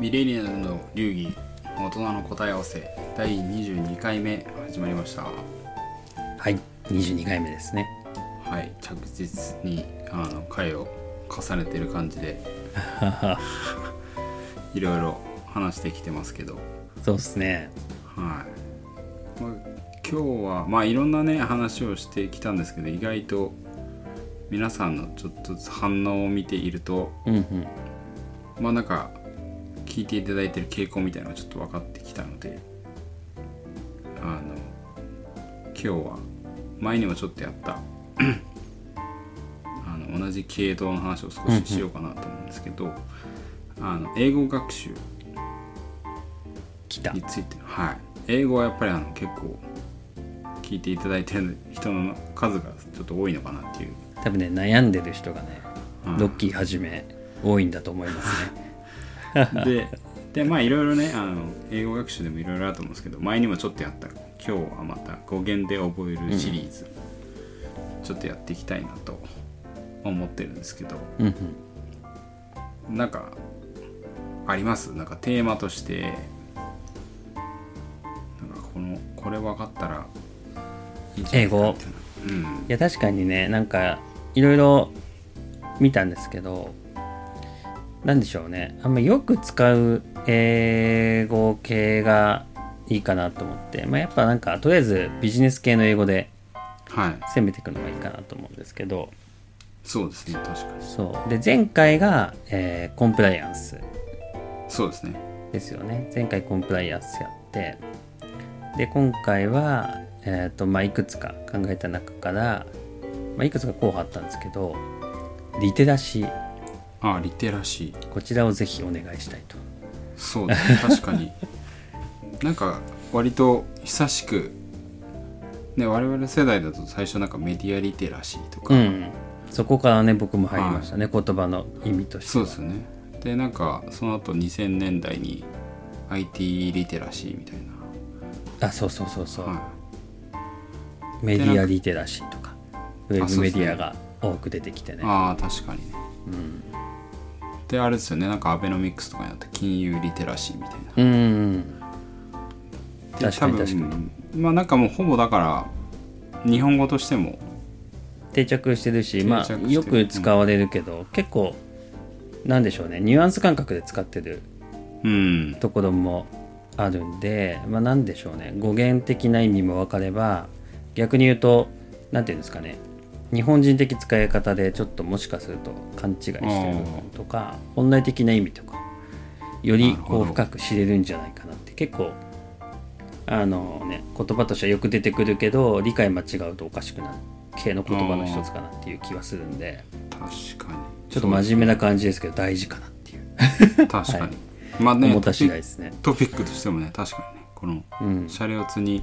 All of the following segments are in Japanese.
ミレニアムの流儀大人の答え合わせ第22回目始まりましたははい22回目ですねい着実にあの回を重ねてる感じでいろいろ話してきてますけどそうですねはい、まあ、今日はまあいろんなね話をしてきたんですけど意外と皆さんのちょっとずつ反応を見ているとうんうんまあなんか聞いていただいてる傾向みたいなのがちょっと分かってきたのであの今日は前にもちょっとやった あの同じ系統の話を少ししようかなと思うんですけど、あの英語学習来たについてはい英語はやっぱりあの結構聞いていただいてる人の数がちょっと多いのかなっていう多分ね悩んでる人がねうんロッキーはじめ多いんだと思います ねででまあいろいろねあの英語学習でもいろいろあると思うんですけど前にもちょっとやった今日はまた語源で覚えるシリーズ、ちょっとやっていきたいなと思ってるんですけどうんうんなんかありますなんかテーマとしてなんかこのこれ分かったらいいんじゃないかなみたいなうんいや確かにねなんかいろいろ見たんですけどなんでしょうねあんまよく使う英語系がいいかなと思って、まあ、やっぱなんかとりあえずビジネス系の英語ではい攻めていくのがいいかなと思うんですけどそうですね確かにそうで前回が、えーコンプライアンスそうですねですよね前回コンプライアンスやってで今回は、えーとまあ、いくつか考えた中から、まあ、いくつか候補あったんですけどリテラシーああリテラシーこちらをぜひお願いしたいとそうですね確かになんか割と久しく、ね、我々世代だと最初なんかメディアリテラシーとか、うんそこからね僕も入りましたね、言葉の意味としてそうはですよねでなんかその後2000年代に IT リテラシーみたいあそうそうそうそう、な、はいメディアリテラシーとかウなんェかブメディアが多く出てきてねああ確かにね、であれですよねなんかアベノミクスとかになって金融リテラシーみたいなうんで確かに多分確かまあなんかもうほぼだから日本語としても定着してるし定着まあしてるよく使われるけど、結構なんでしょうねニュアンス感覚で使ってるうんところもあるんで、まあ、なんでしょうね語源的な意味も分かれば逆に言うと何て言うんですかね日本人的使い方でちょっともしかすると勘違いしてる部分とか本来的な意味とかよなりるほこどう深く知れるんじゃないかなって結構あのね言葉としてはよく出てくるけど理解間違うとおかしくなる系の言葉の一つかなっていう気はするんで確かにちょっと真面目な感じですけど大事かなっていう確かに、はいまあね思った次第ですね。トピックとしてもね確かにねこのうんシャレオツに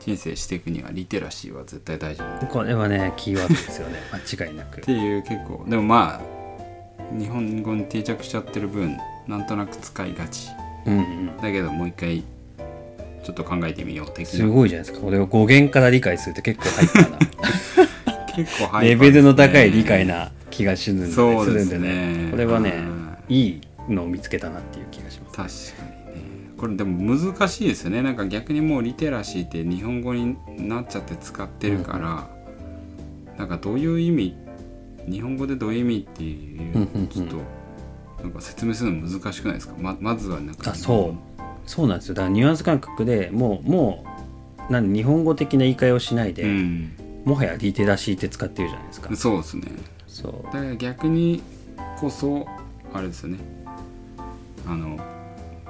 人生していくにはリテラシーは絶対大事なんだっこれはねキーワードです よね間違いなくていう結構でもまあ日本語に定着しちゃってる分なんとなく使いがちうんうんだけどもう一回ちょっと考えてみよう的すなごいじゃないですかこれを語源から理解するって結構ハ イパーな結構ハイレパーですねベルの高い理解な気がするんで,、そうですねするんでねこれはうねんいいのを見つけたなっていう気がします確かにねこれでも難しいですよねなんか逆にもうリテラシーって日本語になっちゃって使ってるから、なんかどういう意味日本語でどういう意味っていううんうんうんちょっとなんか説明するの難しくないですかままずはなんかあそうそうなんですよだからニュアンス感覚でもうもうなん日本語的な言い換えをしないで、うん、もはやリテラシーって使ってるじゃないですかそうですねそうだから逆にこそあれですよねあの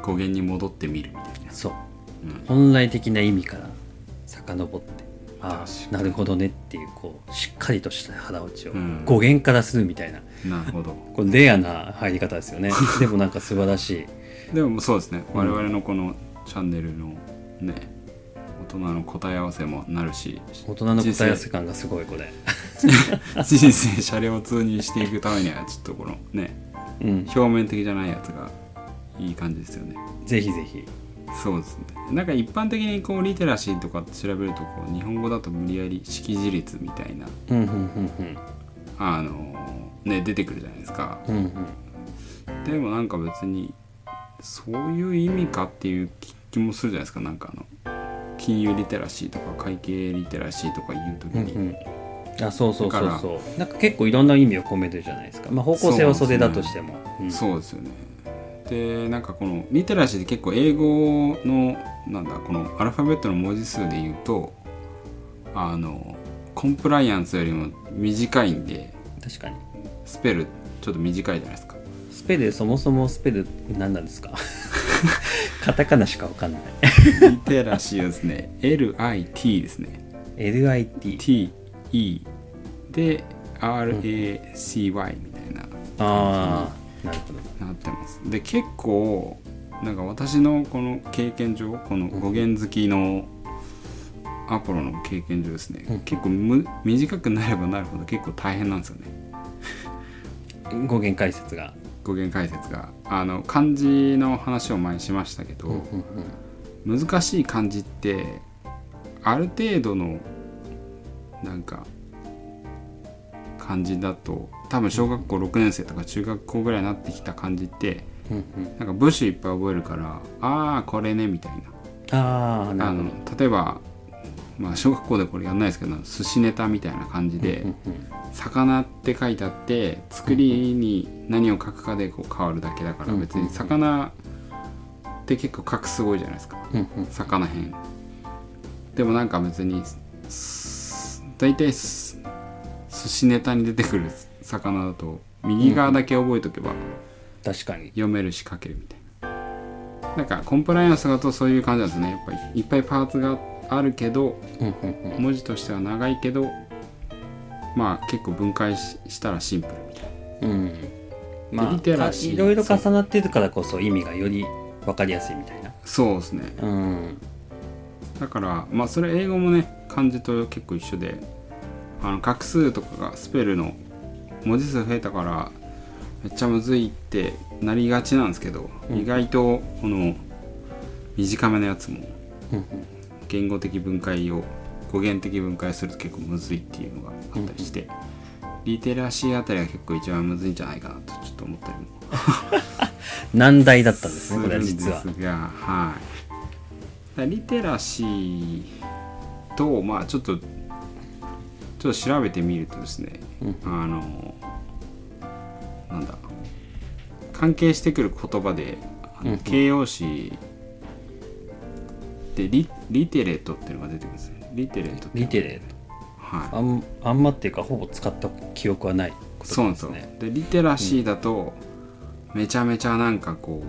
語源に戻ってみるみたいなそう、うん本来的な意味から遡ってあ確あなるほどねっていうこうしっかりとした腹落ちをうん語源からするみたいな、なるほどこれレアな入り方で すよねでもなんか素晴らしいでもそうですねうん我々のこのチャンネルのね大人の答え合わせもなるし大人の答え合わせ感がすごいこれ人生 人生車両通にしていくためにはちょっとこのねうん表面的じゃないやつがいい感じですよねぜひぜひそうですねなんか一般的にこうリテラシーとかって調べるとこう日本語だと無理やり識字率みたいなうんうんうんあのね出てくるじゃないですかうんうんうんでもなんか別にそういう意味かっていう気もするじゃないですかなんかあの金融リテラシーとか会計リテラシーとかいう時うんに、うん、あそうそうそだうそうなんか結構いろんな意味を込めてるじゃないですか、まあ、方向性は袖だとしてもうんそうですよねでなんかこのリテラシーって結構英語のなんだこのアルファベットの文字数で言うとあのコンプライアンスよりも短いんで確かにスペルちょっと短いじゃないですかスペルそもそもスペル何なんですか カタカナしかわかんないリテラシーはですね LIT ですね LIT TE で RACY みたいなああなるほどなってますで結構なんか私のこの経験上この語源好きのアポロの経験上ですね、うん結構む短くなればなるほど結構大変なんですよね語源解説が、語源解説があの漢字の話を前にしましたけど、難しい漢字ってある程度のなんか漢字だと多分小学校6年生とか中学校ぐらいになってきた漢字ってなんか部首いっぱい覚えるからああこれねみたいああななあるほの例えば、まあ、小学校でこれやんないですけど寿司ネタみたいな感じでど「魚」って書いてあって作りに何を書くかでこう変わるだけだからうん別に「魚」って結構格すごいじゃないですかうんうん魚編でもなんか別にす大体す寿司ネタに出てくる魚だと右側だけ覚えとけば、確かに読めるし書けるみたいななんかコンプライアンスだとそういう感じなんですねやっぱりいっぱいパーツがあるけどうんうんうん文字としては長いけどまあ結構分解ししたらシンプルみたいうんまリテラあシーいろいろ重なってるからこそ意味がより分かりやすいみたいななそうですねうんだからまあそれ英語もね漢字と結構一緒であの画数とかがスペルの文字数増えたからめっちゃむずいってなりがちなんですけど、うん意外とこの短めのやつもうんうん言語的分解を語源的分解すると結構むずいっていうのがあったりして、リテラシーあたりが結構一番むずいんじゃないかなとちょっと思ったりも難題だったんですするねんこれはです実がははいだからリテラシーとまあちょっとちょっと調べてみるとですね、うんあのなんだ関係してくる言葉であのうん形容詞でリリテレットっていうのが出てくるんですねリテレットっていうリのテレはいあんあんまっていうかほぼ使った記憶はないことそうなんなでんですすよねでリテラシーだとめちゃめちゃなんかこ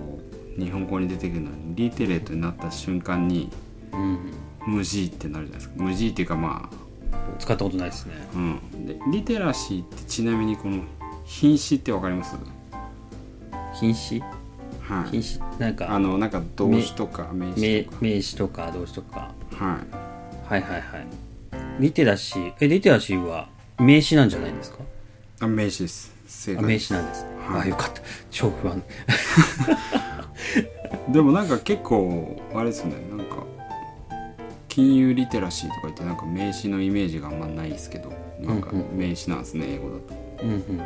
う日本語に出てくるのにリテレットになった瞬間にうん無字ってなるじゃないですか無字っていうかま使ったことないですねあうんでリテラシーってちなみにこの品詞ってわかります品詞はい品詞なんあかのなんか動詞とか名詞名とか名詞とか動詞とかははいはいはいリテラシーえリテラシーは名詞なんじゃないんですかいあ名詞です正あ解名詞なんですねはいあよかった超 不安でもなんか結構あれですよねなんか金融リテラシーとか言ってなんか名詞のイメージがあんまないですけどなんかうんうん名詞なんですね英語だと。うんうん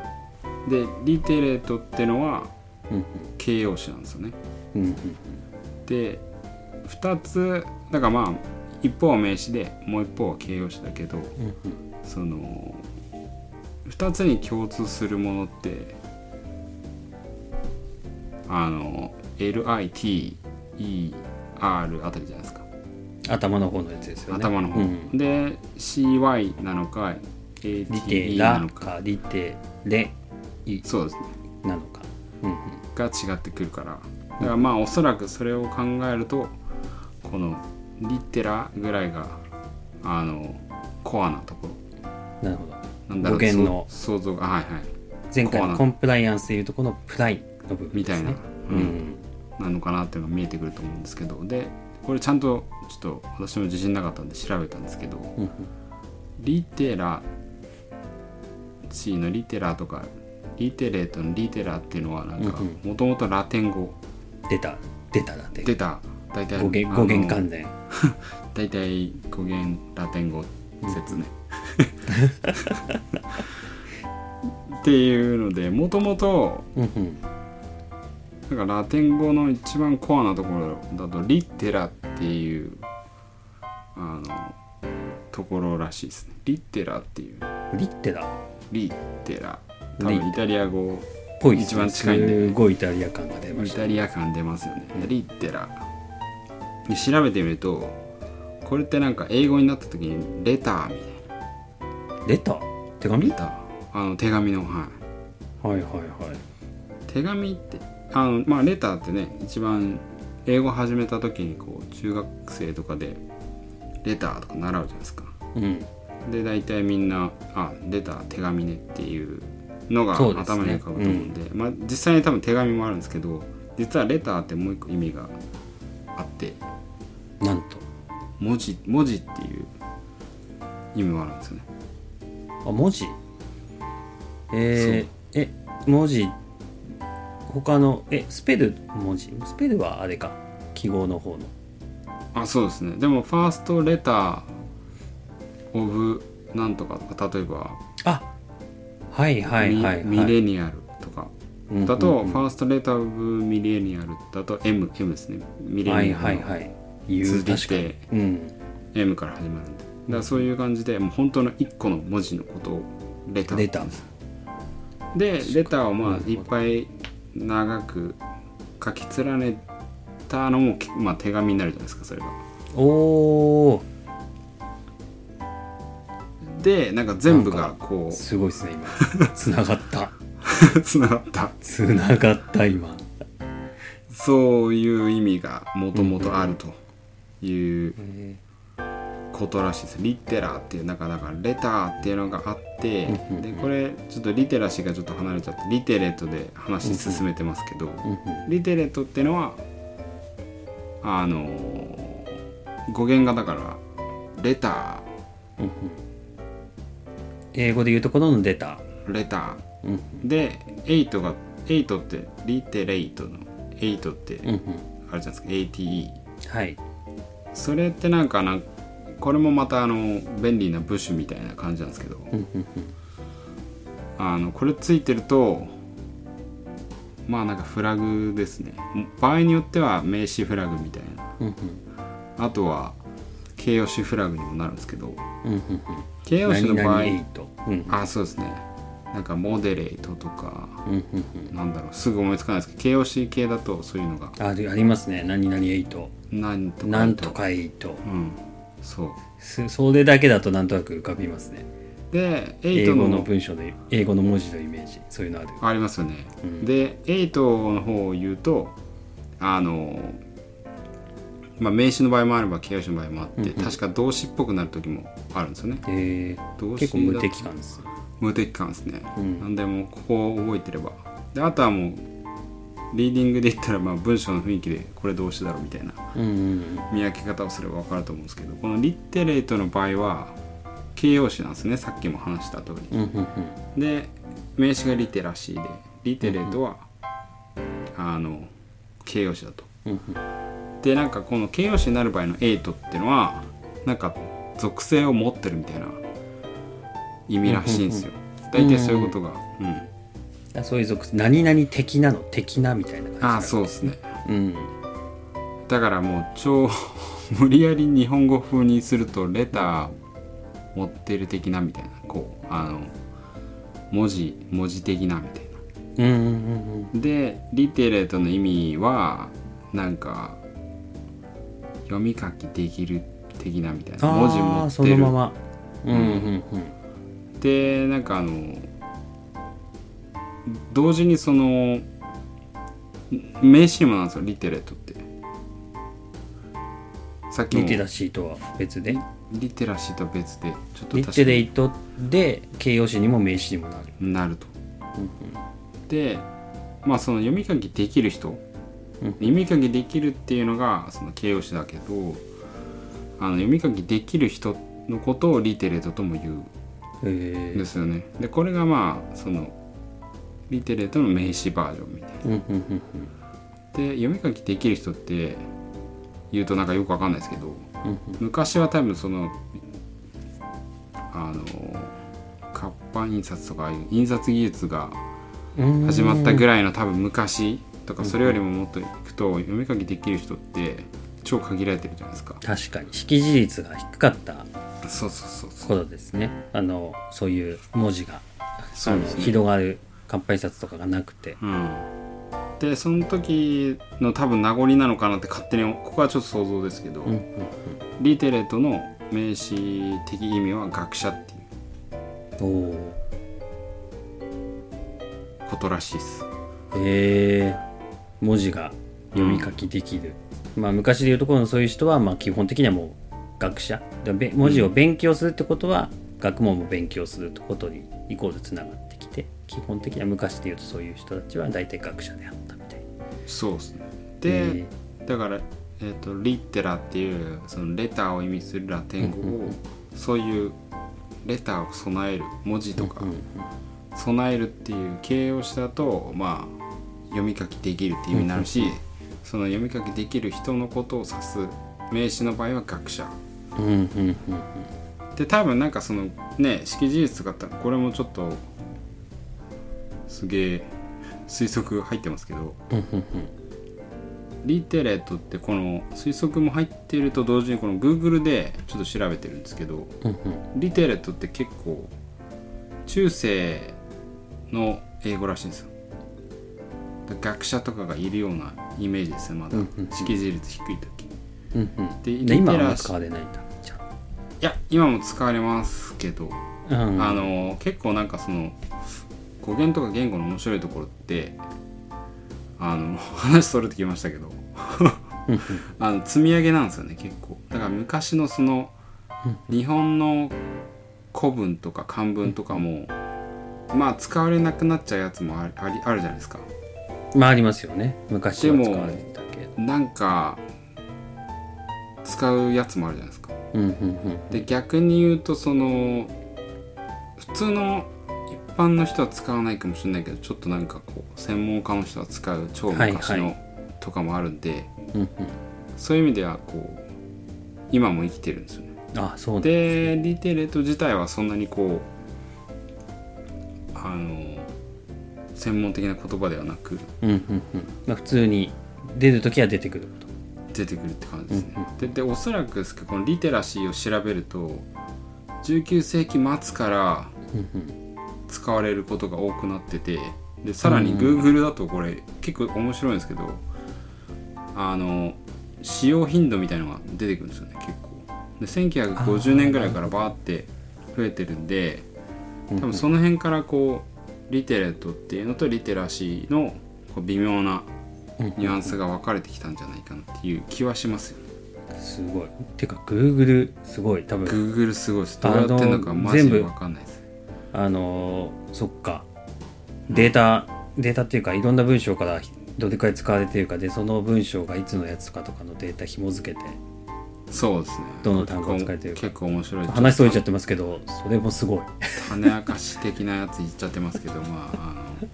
でリテレートってのはうん形容詞なんですよねうんうんで2つだからまあ一方は名詞でもう一方は形容詞だけどうんうんその2つに共通するものってあの LITER あたりじゃないですか、頭の方のやつですよね頭の方、うんで CY なのかリテ ATE なラのかかリテレイそうですねなのかうんうんが違ってくるからだからまあおそらくそれを考えるとこのリテラぐらいがあのコアなところなるほどなんだろう語源のそう想像がはいはい前回コアなのコンプライアンスでいうとこのプライの部分みでたすいな、ねううんんなのかなっていうのが見えてくると思うんですけどでこれちゃんとちょっと私も自信なかったんで調べたんですけどうんうんリテラシーのリテラとかリテレートのリテラっていうのはなんかうんもともとラテン語出た出ただって出た大体語源あ語の源関連大体語源ラテン語説ね、 っていうのでもともとうんうんだからラテン語の一番コアなところだとリテラっていうあのところらしいですねリテラっていうリッテだっリテラ多リテラ分イタリア語ぽいっ一すね番近いんですごいイタリア感が出まイしたタリア感出ますよね、リテラで調べてみるとこれってなんか英語になった時にレターみたいなレター手紙レターあの手紙のはいはいはいはい手紙ってあのまあレターってね一番英語始めた時にこう中学生とかでレターとか習うじゃないですかうんで大体みんな「あレター手紙ね」っていうのがそうです頭ねに浮かぶと思うんでまあ、実際に多分手紙もあるんですけど実はレターってもう一個意味があってなんと文字文字っていう意味もあるんですよねあ文字えー、え文字他のえスペル文字スペルはあれか記号の方のあそうですねでもファーストレターオブなんとかとか例えばあはいはいはいはいミミレニアルとかうんだと、うんうんファーストレター・オブ・ミレニアルだと M, M ですねミレはいニアはルいのはい言う続い確かにてうん、 M から始まるんでだからそういう感じでもう本当の1個の文字のことをレターレターでレターをまなるほあどいっぱい長く書き連ねたのも、まあ、手紙になるじゃないですかそれがおおでなんか全部ながんこすごいですね 今つながったう つながったつながった今そういう意味がもともとあるというえことらしいですリテラっていうなんかだからレターっていうのがあってうんうんでこれちょっとリテラシーがちょっと離れちゃってリテレットで話進めてますけどうんうんリテレットっていうのはあのー語源がだからレタうんうん英語で言うところのレターーレタうんーで8が8ってリテレイトの8ってうんうんあれじゃないですか ATE はいそれってなんかなんこれもまたあの便利な部首みたいな感じなんですけどうんうんあのこれついてるとまあなんかフラグですね場合によっては名詞フラグみたいなうんうんあとは形容詞フラグにもなるんですけどうんうんうん形容詞の何場々合エイトうんあそうですねなんかモデレートとかうんうんうんなんだろうすぐ思いつかないですけど形容詞系だとそういうのがあでありますね何々エイトなんとかなんとかエイトうんそうすそれだけだとなんとなく浮かびますねで英8語のの文章で英語の文字のイメージそういうのあるありますよね、うんで8の方を言うとあの、まあ、名詞の場合もあれば形容詞の場合もあって、うんうん確か動詞っぽくなる時もあるんですよねえー動詞結構無敵感です無敵感ですね、うんなんでもうここを覚えてればであとはもうリーディングで言ったらまあ文章の雰囲気でこれ動詞だろうみたいなうんうん見分け方をすれば分かると思うんですけどこのリテレートの場合は形容詞なんですねさっきも話した通りうんうんうんで名詞がリテラシーでリテレとは、あの形容詞だとうんうんでなんかこの形容詞になる場合のエイトっていうのはなんか属性を持ってるみたいな意味らしいんですよ、大体そういうことが、うんあそういう属性何々的なの的なみたいな感じああそうですねううんだからもう超無理やり日本語風にするとレター持ってる的なみたいなこうあの文字文字的なみたいなうんうんうんうんでリテレートの意味はなんか読み書きできる的なみたいなあー文字持ってるそのままうんうんでなんかあの同時にその名詞にもなんですよリテレートってさっきうんもリテラシーとは別でリテラシーとは別でちょっとリ確かテレにイトで形容詞にも名詞にもなるなるとうんうんでまあその読み書きできる人、うん読み書きできるっていうのがその形容詞だけどあの読み書きできる人のことをリテレートとも言えうんでーすよね。でこれがまあそのリテレートの名詞バージョンみたいな。うんうんうんで読み書きできる人って言うとなんかよくわかんないですけどうん昔は多分そのあの活版印刷とかああいう印刷技術がうんうん始まったぐらいの多分昔だからそれよりももっといくと読み書きできる人って超限られてるじゃないですか確かに識字率が低かったそうそうそうそうことですねあのそういう文字がそうですねあの広がる乾杯札とかがなくてうん、でその時の多分名残なのかなって勝手にここはちょっと想像ですけど、うんうんリテレートの名詞的意味は学者っていううんおーことらしいですえー、文字が読み書きできる、まあ昔でいうところのそういう人はまあ基本的にはもう学者でべ文字を勉強するってことは学問も勉強するってことにイコールつながってきて基本的には昔でいうとそういう人たちは大体学者であったみたいそうですねえで、だから、えー、とリテラっていうそのレターを意味するラテン語を、そういうレターを備える文字とか、うんうん備えるっていう形容詞だとまあ読み書きできるって意味になるし、その読み書きできる人のことを指す名詞の場合は学者うんうんうんうんで多分なんかそのね識字術とかってこれもちょっとすげえ推測入ってますけどうんうんリテレートってこの推測も入ってると同時にこの Google でちょっと調べてるんですけどうんうんうんリテレートって結構中世の英語らしいんですよだから学者とかがいるようなイメージですねまだうんうんうん識字率低い時いうんうんでで今はあんリテまラシー使われないんだじゃや今も使われますけどあ,、うん、あの結構なんかその語源とか言語の面白いところってあの 話それてきましたけどあの積み上げなんですよね結構だから昔のその日本の古文とか漢文とかもまあ使われなくなっちゃうやつもありありあるじゃないですかまあありますよね昔はでも使われてたけどなんか使うやつもあるじゃないですかうんうんで逆に言うとその普通の一般の人は使わないかもしれないけどちょっとなんかこう専門家の人は使う超昔はいはのとかもあるんで、うんうんそういう意味ではこう今も生きてるんですよね。うんあそうだでリテレート自体はそんなにこうあの専門的な言葉ではなくうんうんうんまあ普通に出るときは出てくること出てくるって感じですね。ででおそらくですけどこのリテラシーを調べると19世紀末からうん使われることが多くなっててでさらに Google だとこれ結構面白いんですけど、あの使用頻度みたいのが出てくるんですよね結構で1950年ぐらいからバーって増えてるんでうん多分その辺からこうリテレートっていうのとリテラシーのこう微妙なうんニュアンスが分かれてきたんじゃないかなっていう気はしますよねうんすごいてか Google すごい多分 Google すごいですどうやってんのかマジで分かんないですあのーそっかデータデータっていうかいろんな文章からどれくらい使われているかでその文章がいつのやつかとかのデータ紐付けてそうですねどの単語を使えてるか結構面白い話しそれちゃってますけどそれもすごい種明かし的なやつ言っちゃってますけどまああの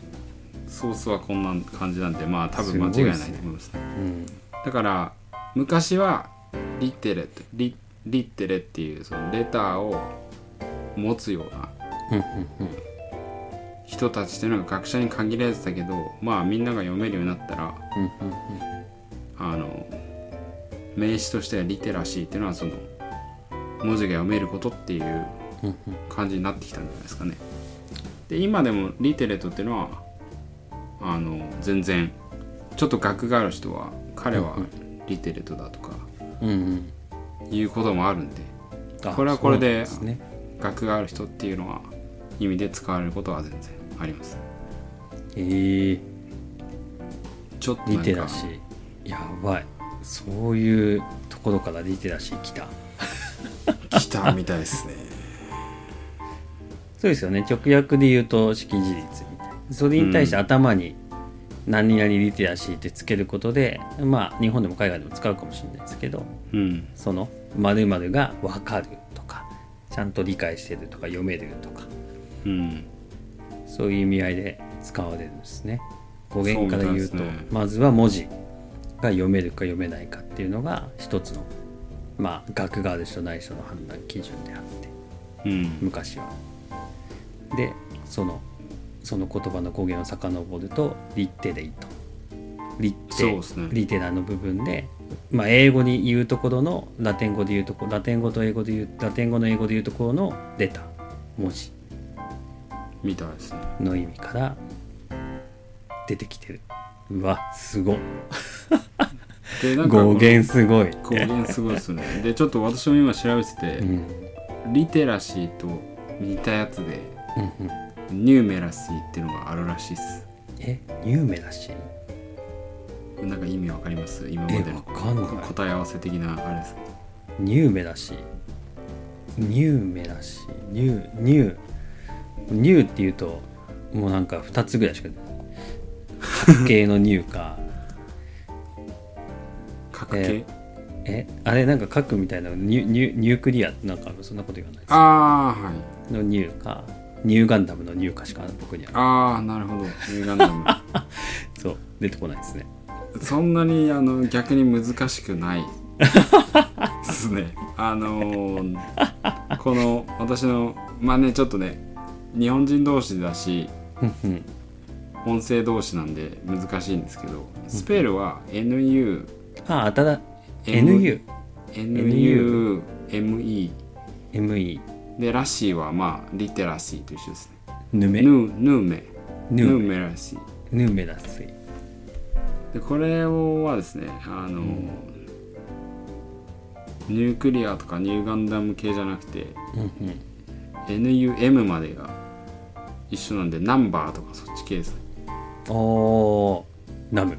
ソースはこんな感じなんでまあ多分間違いないと思いますねうんだから昔はリテレってリリテレっていうそのレターを持つようなうんうん人たちっていうのが学者に限られてたけどまあみんなが読めるようになったらうんうんうんあの名詞としてはリテラシーっていうのはその文字が読めることっていううんうん感じになってきたんじゃないですかね。で今でもリテレットっていうのはあの全然ちょっと学がある人は彼はリテレットだとかうんうんいうこともあるんであこれはこれでそうなんですね学がある人っていうのは意味で使われることは全然あります。えー、ちょっとリなんテラかシーやばいそういうところからリテラシー来た来たみたい ですね。そうですよね直訳で言うと識字率みたいなそれに対して頭に何々リテラシーってつけることで、まあ日本でも海外でも使うかもしれないですけどうん、その〇〇が分かるとかちゃんと理解してるとか読めるとかうん、そういう意味合いで使われるんですね語源から言うとそうみたいですねまずは文字が読めるか読めないかっていうのが一つのまあ学がある人ない人の判断基準であってうん、昔は。でそのその言葉の語源を遡ると「リッテレイト」リそうテですねリテラの部分で、まあ、英語に言うところのラテン語で言うとこラテン語と英語で言うラテン語の英語で言うところのレター文字みたいですねの意味から出てきてるうわすごいでなんか語源すごいこの語源すごいですねでちょっと私も今調べてて、うんうんリテラシーと似たやつでうんニューメラシーっていうのがあるらしいっすえ有名だしなんか意味わかります今まえでのわかんない答え合わせ的なあれですニューメだしニューメだしニューニューニューっていうともうなんか2つぐらいしか出ない角形のニューか 角形、えあれなんか角みたいなのニュニュニュークリアなんかそんなこと言わないですああはいのニューかニューガンダムのニューかしか僕にはああなるほどニューガンダムそう出てこないですね そんなにあの逆に難しくないですねあのー、この私のまあねちょっとね日本人同士だしふんふん音声同士なんで難しいんですけどスペルは NU ああただ NU NUME NUME でラシーはまあリテラシーと一緒ですねヌメヌヌーメヌヌーメーメラシーヌメだしでこれはですねあの、ニュークリアとかニューガンダム系じゃなくてうんうん NUM までが一緒なんでナンバーとかそっち系ですねおーナム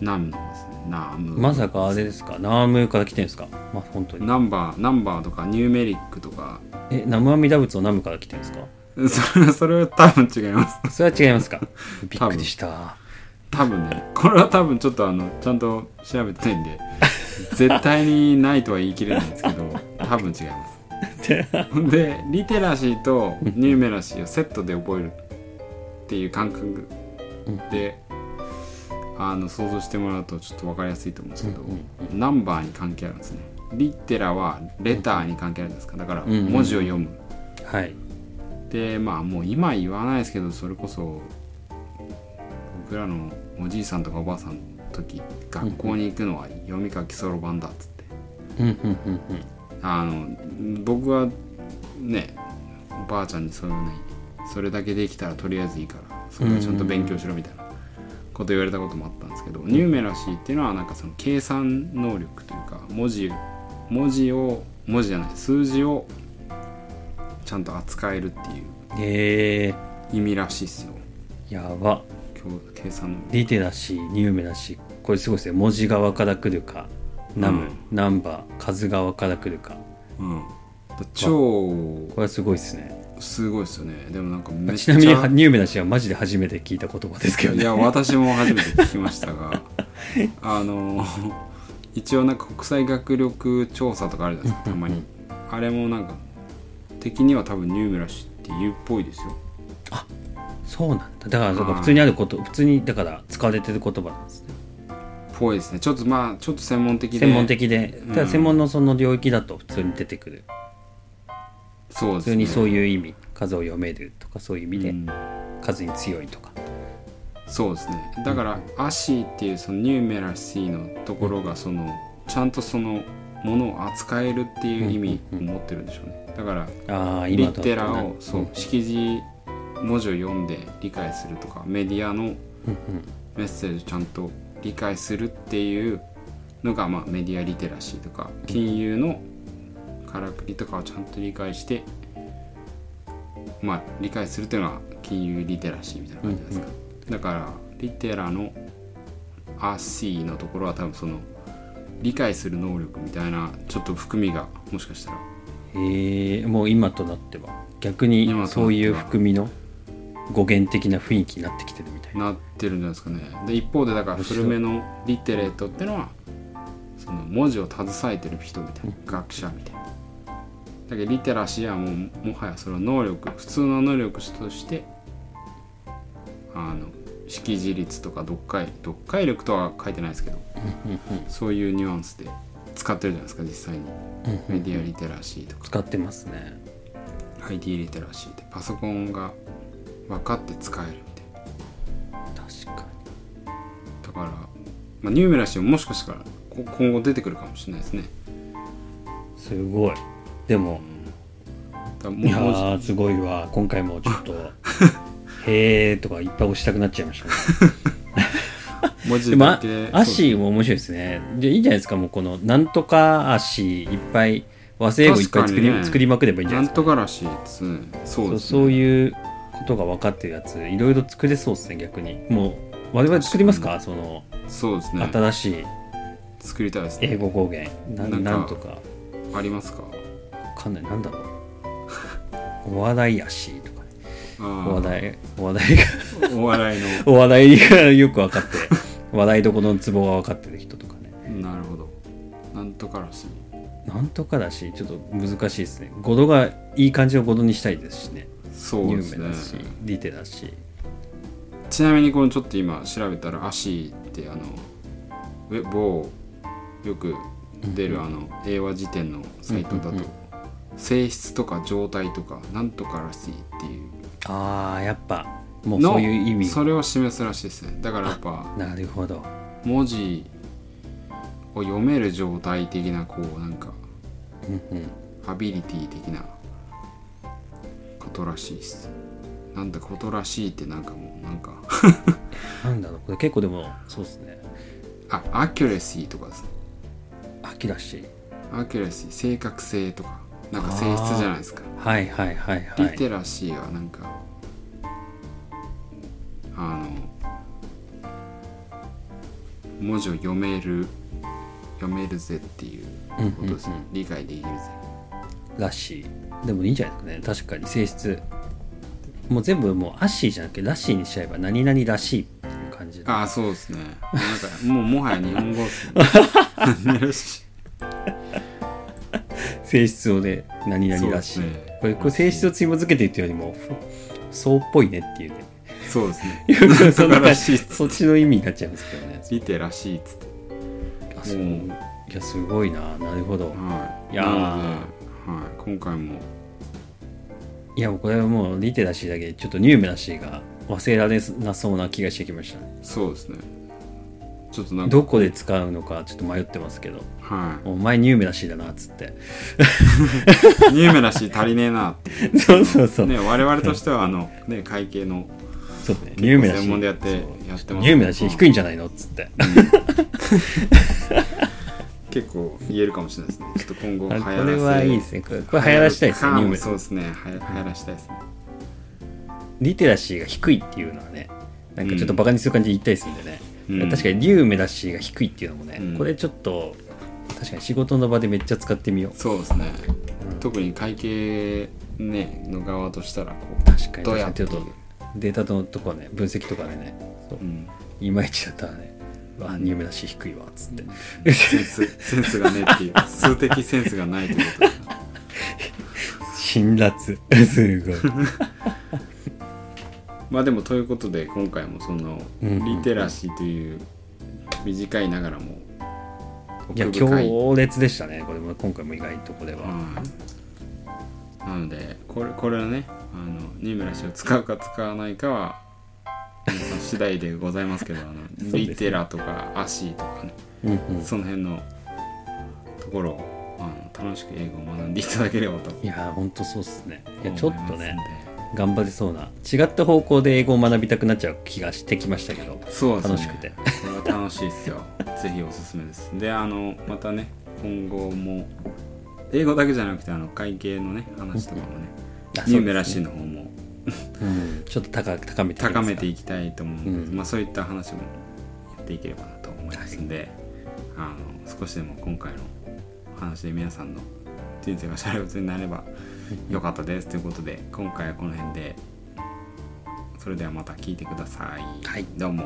ナムなんですねナム、まさかあれですかナームから来てるんですかまあ本当にナンバーナンバーとかニューメリックとか え生阿弥陀仏をナムから来てるんですかそれそれは多分違いますそれは違いま すかびっくりした多分ねこれは多分ちょっとあのちゃんと調べてないんで絶対にないとは言い切れないんですけど多分違いますでリテラシーとニューメラシーをセットで覚えるっていう感覚で、あの想像してもらうとちょっと分かりやすいと思うんですけど、ナンバーに関係あるんですねリテラはレターに関係あるんですかだからんうんうん文字を読む、はいでまあもう今言わないですけどそれこそ僕らのおじいさんとかおばあさんの時学校に行くのは読み書きそろばんだっつって、うんうんうんうんあの僕はねおばあちゃんにそういうのにそれだけできたらとりあえずいいからそれはちゃんと勉強しろみたいなこと言われたこともあったんですけど、ニューメラシーっていうのはなんかその計算能力というか文字文字を文字じゃない数字をちゃんと扱えるっていうえ意味らしいっすよー、やば今日計算のリテだしニューメだしこれすごいですね文字側から来るかナム、うんナンバー数側から来るかうん超これはすごいですねすごいっすよねでもなんかめっちちゃなみにはニューメだしはマジで初めて聞いた言葉ですけどいねや私も初めて聞きました があの一応なんか国際学力調査とかあるじゃないですかたまにあれもなんか敵には多分ニューメラシって言うっぽいですよそうなんだだからそうかはい普通にあること普通にだから使われてる言葉なんですねぽいですねちょっとまあちょっと専門的で専門的で、うんただ専門のその領域だと普通に出てくるそうで普す通ねにそういう意味数を読めるとかそういう意味で、うん数に強いとかそうですねだから「アシー」っていうそのニューメラシーのところがそのちゃんとそのものを扱えるっていう意味を持ってるんでしょうねだからああリ今とテラをそそうう識字文字を読んで理解するとかメディアのうんメッセージをちゃんと理解するっていうのが、まあ、メディアリテラシーとか金融のからくりとかをちゃんと理解してまあ理解するっていうのは金融リテラシーみたいな感じですか、だからリテラの「アシー」のところは多分その理解する能力みたいなちょっと含みがもしかしたらうんへえもう今となっては逆に今となってはそういう含みの語源的な雰囲気になってきてるみたいななってるんじゃないですかねで一方でだから古めのリテレートってのはその文字を携えてる人みたいな学者みたいなだけどリテラシーはもうもはやその能力普通の能力としてあの識字率とか読解読解力とは書いてないですけどそういうニュアンスで使ってるじゃないですか実際にメディアリテラシーとか使ってますね IT リテラシーでパソコンが分かって使えるみたいな確かとだから、まあ、ニューメラシーももしかしたらこ今後出てくるかもしれないですねすごいでもだからもいやもーすごいわ今回もちょっと 「へえ」とかいっぱい押したくなっちゃいましたね文字でもだあけ足も面白いですねじゃあいいんじゃないですかもうこの「なんとか足」いっぱい和製英語いっぱい作確り,、かにね作りまくればいいんじゃなないんですかとからしいですねそうそうですそうねいうことが分かってるやついろいろ作れそうですね逆にもう我々作りますかそのそうですね新しい作りたいです英ね語語源ななんんかなんとかありますかわかんないなんだろうお笑い足とかねあおー笑いお笑いがお笑いのお笑いがよく分 かって笑いどころのツボが分かってる人とかねなるほどなんとからしいなんとかだしちょっと難しいですね語呂がいい感じの語呂にしたいですしねそう有です名ねだしリテだしちなみにこのちょっと今調べたら「足」ってあのウェ某よく出るあの英和辞典のサイトだうんうんうとん性質とか状態とかなんとからしいっていうあーやっぱもうのそういう意味それを示すらしいですねだからやっぱなるほど文字を読める状態的なこうなんかうんうんハビリティ的なことらしいですなんだことらしいってなんかもうなんか なんだろうこれ結構でもそうですねあアキュレシーとかですね秋だしアキュレシー正確性とかなんか性質じゃないですか、はいはいはいはリいテラシーはなんかあの文字を読める読めるぜっていうことですね、理解できるぜらしいでもいいんじゃないですかね確かに性質もう全部もう「アッシー」じゃなくて「らしい」にしちゃえば「何々らしい」っていう感じでああそうですねなんかもうもはや日本語ですね 性質をね「何々らしい」そうですねこれこれ性質をついもづけていっていうよりも「そうっぽいね」っていうねそうですねそんなら感しいじっつそっちの意味になっちゃいますけどねリテラシーっつってあそううんいやすごいななるほどはいいやーなので、はい、今回もいやもうこれはもうリテラシーだけでちょっとニューメラシーが忘れられなそうな気がしてきましたねそうですねちょっとなんかどこで使うのかちょっと迷ってますけどはいお前ニューメラシーだなっつってニューメラシー足りねえなって、そうそうそう、ね、我々としてはあの、ね、会計のそうねニューメラシー専門でやってやってますニューメラシー低いんじゃないのっつって結構言えるかもしれないですねちょっと今後こ流れ行らせはいいですねこれこれ流行らしたいですね流行るかニューメラシそうーですねはや流行らしたいですねリテラシーが低いっていうのはねなんかちょっとバカにする感じで言ったりするんでね、うん確かにニューメラシーが低いっていうのもね、うんこれちょっと確かに仕事の場でめっちゃ使ってみようそうですね特に会計、ね、の側としたらこう確かにどう確やかっにてちょっとデータのとこはね分析とかでねそううん、いまいちだったらねうわニューメラシー低いわっつって、 センス センスがねえっていう数的センスがないってことですね辛辣すごい まあでもということで今回もそのうんうんリテラシーという短いながらもいや奥深い強烈でしたねこれも今回も意外とこれは、はいなのでこれこれはねあのニムラ氏を使うか使わないかは皆さん次第でございますけどあ の、すねリテラとかアシーとかねうんうんその辺のところをあの楽しく英語を学んでいただければと思いやーほんとそうっすねいいやますちょっとんでね頑張れそうな違った方向で英語を学びたくなっちゃう気がしてきましたけどそうですね楽しくてこれは楽しいですよぜひおすすめですであのまたね今後も英語だけじゃなくてあの会計のね話とかもねあニューメラそ氏の方もうですねうんちょっと高高めて高いきますかめていきたいと思うので、うんまあ、そういった話もやっていければなと思いますんで、あの少しでも今回の話で皆さんの人生がシャレオツになればよかったですということで今回はこの辺でそれではまた聞いてください、はいどうも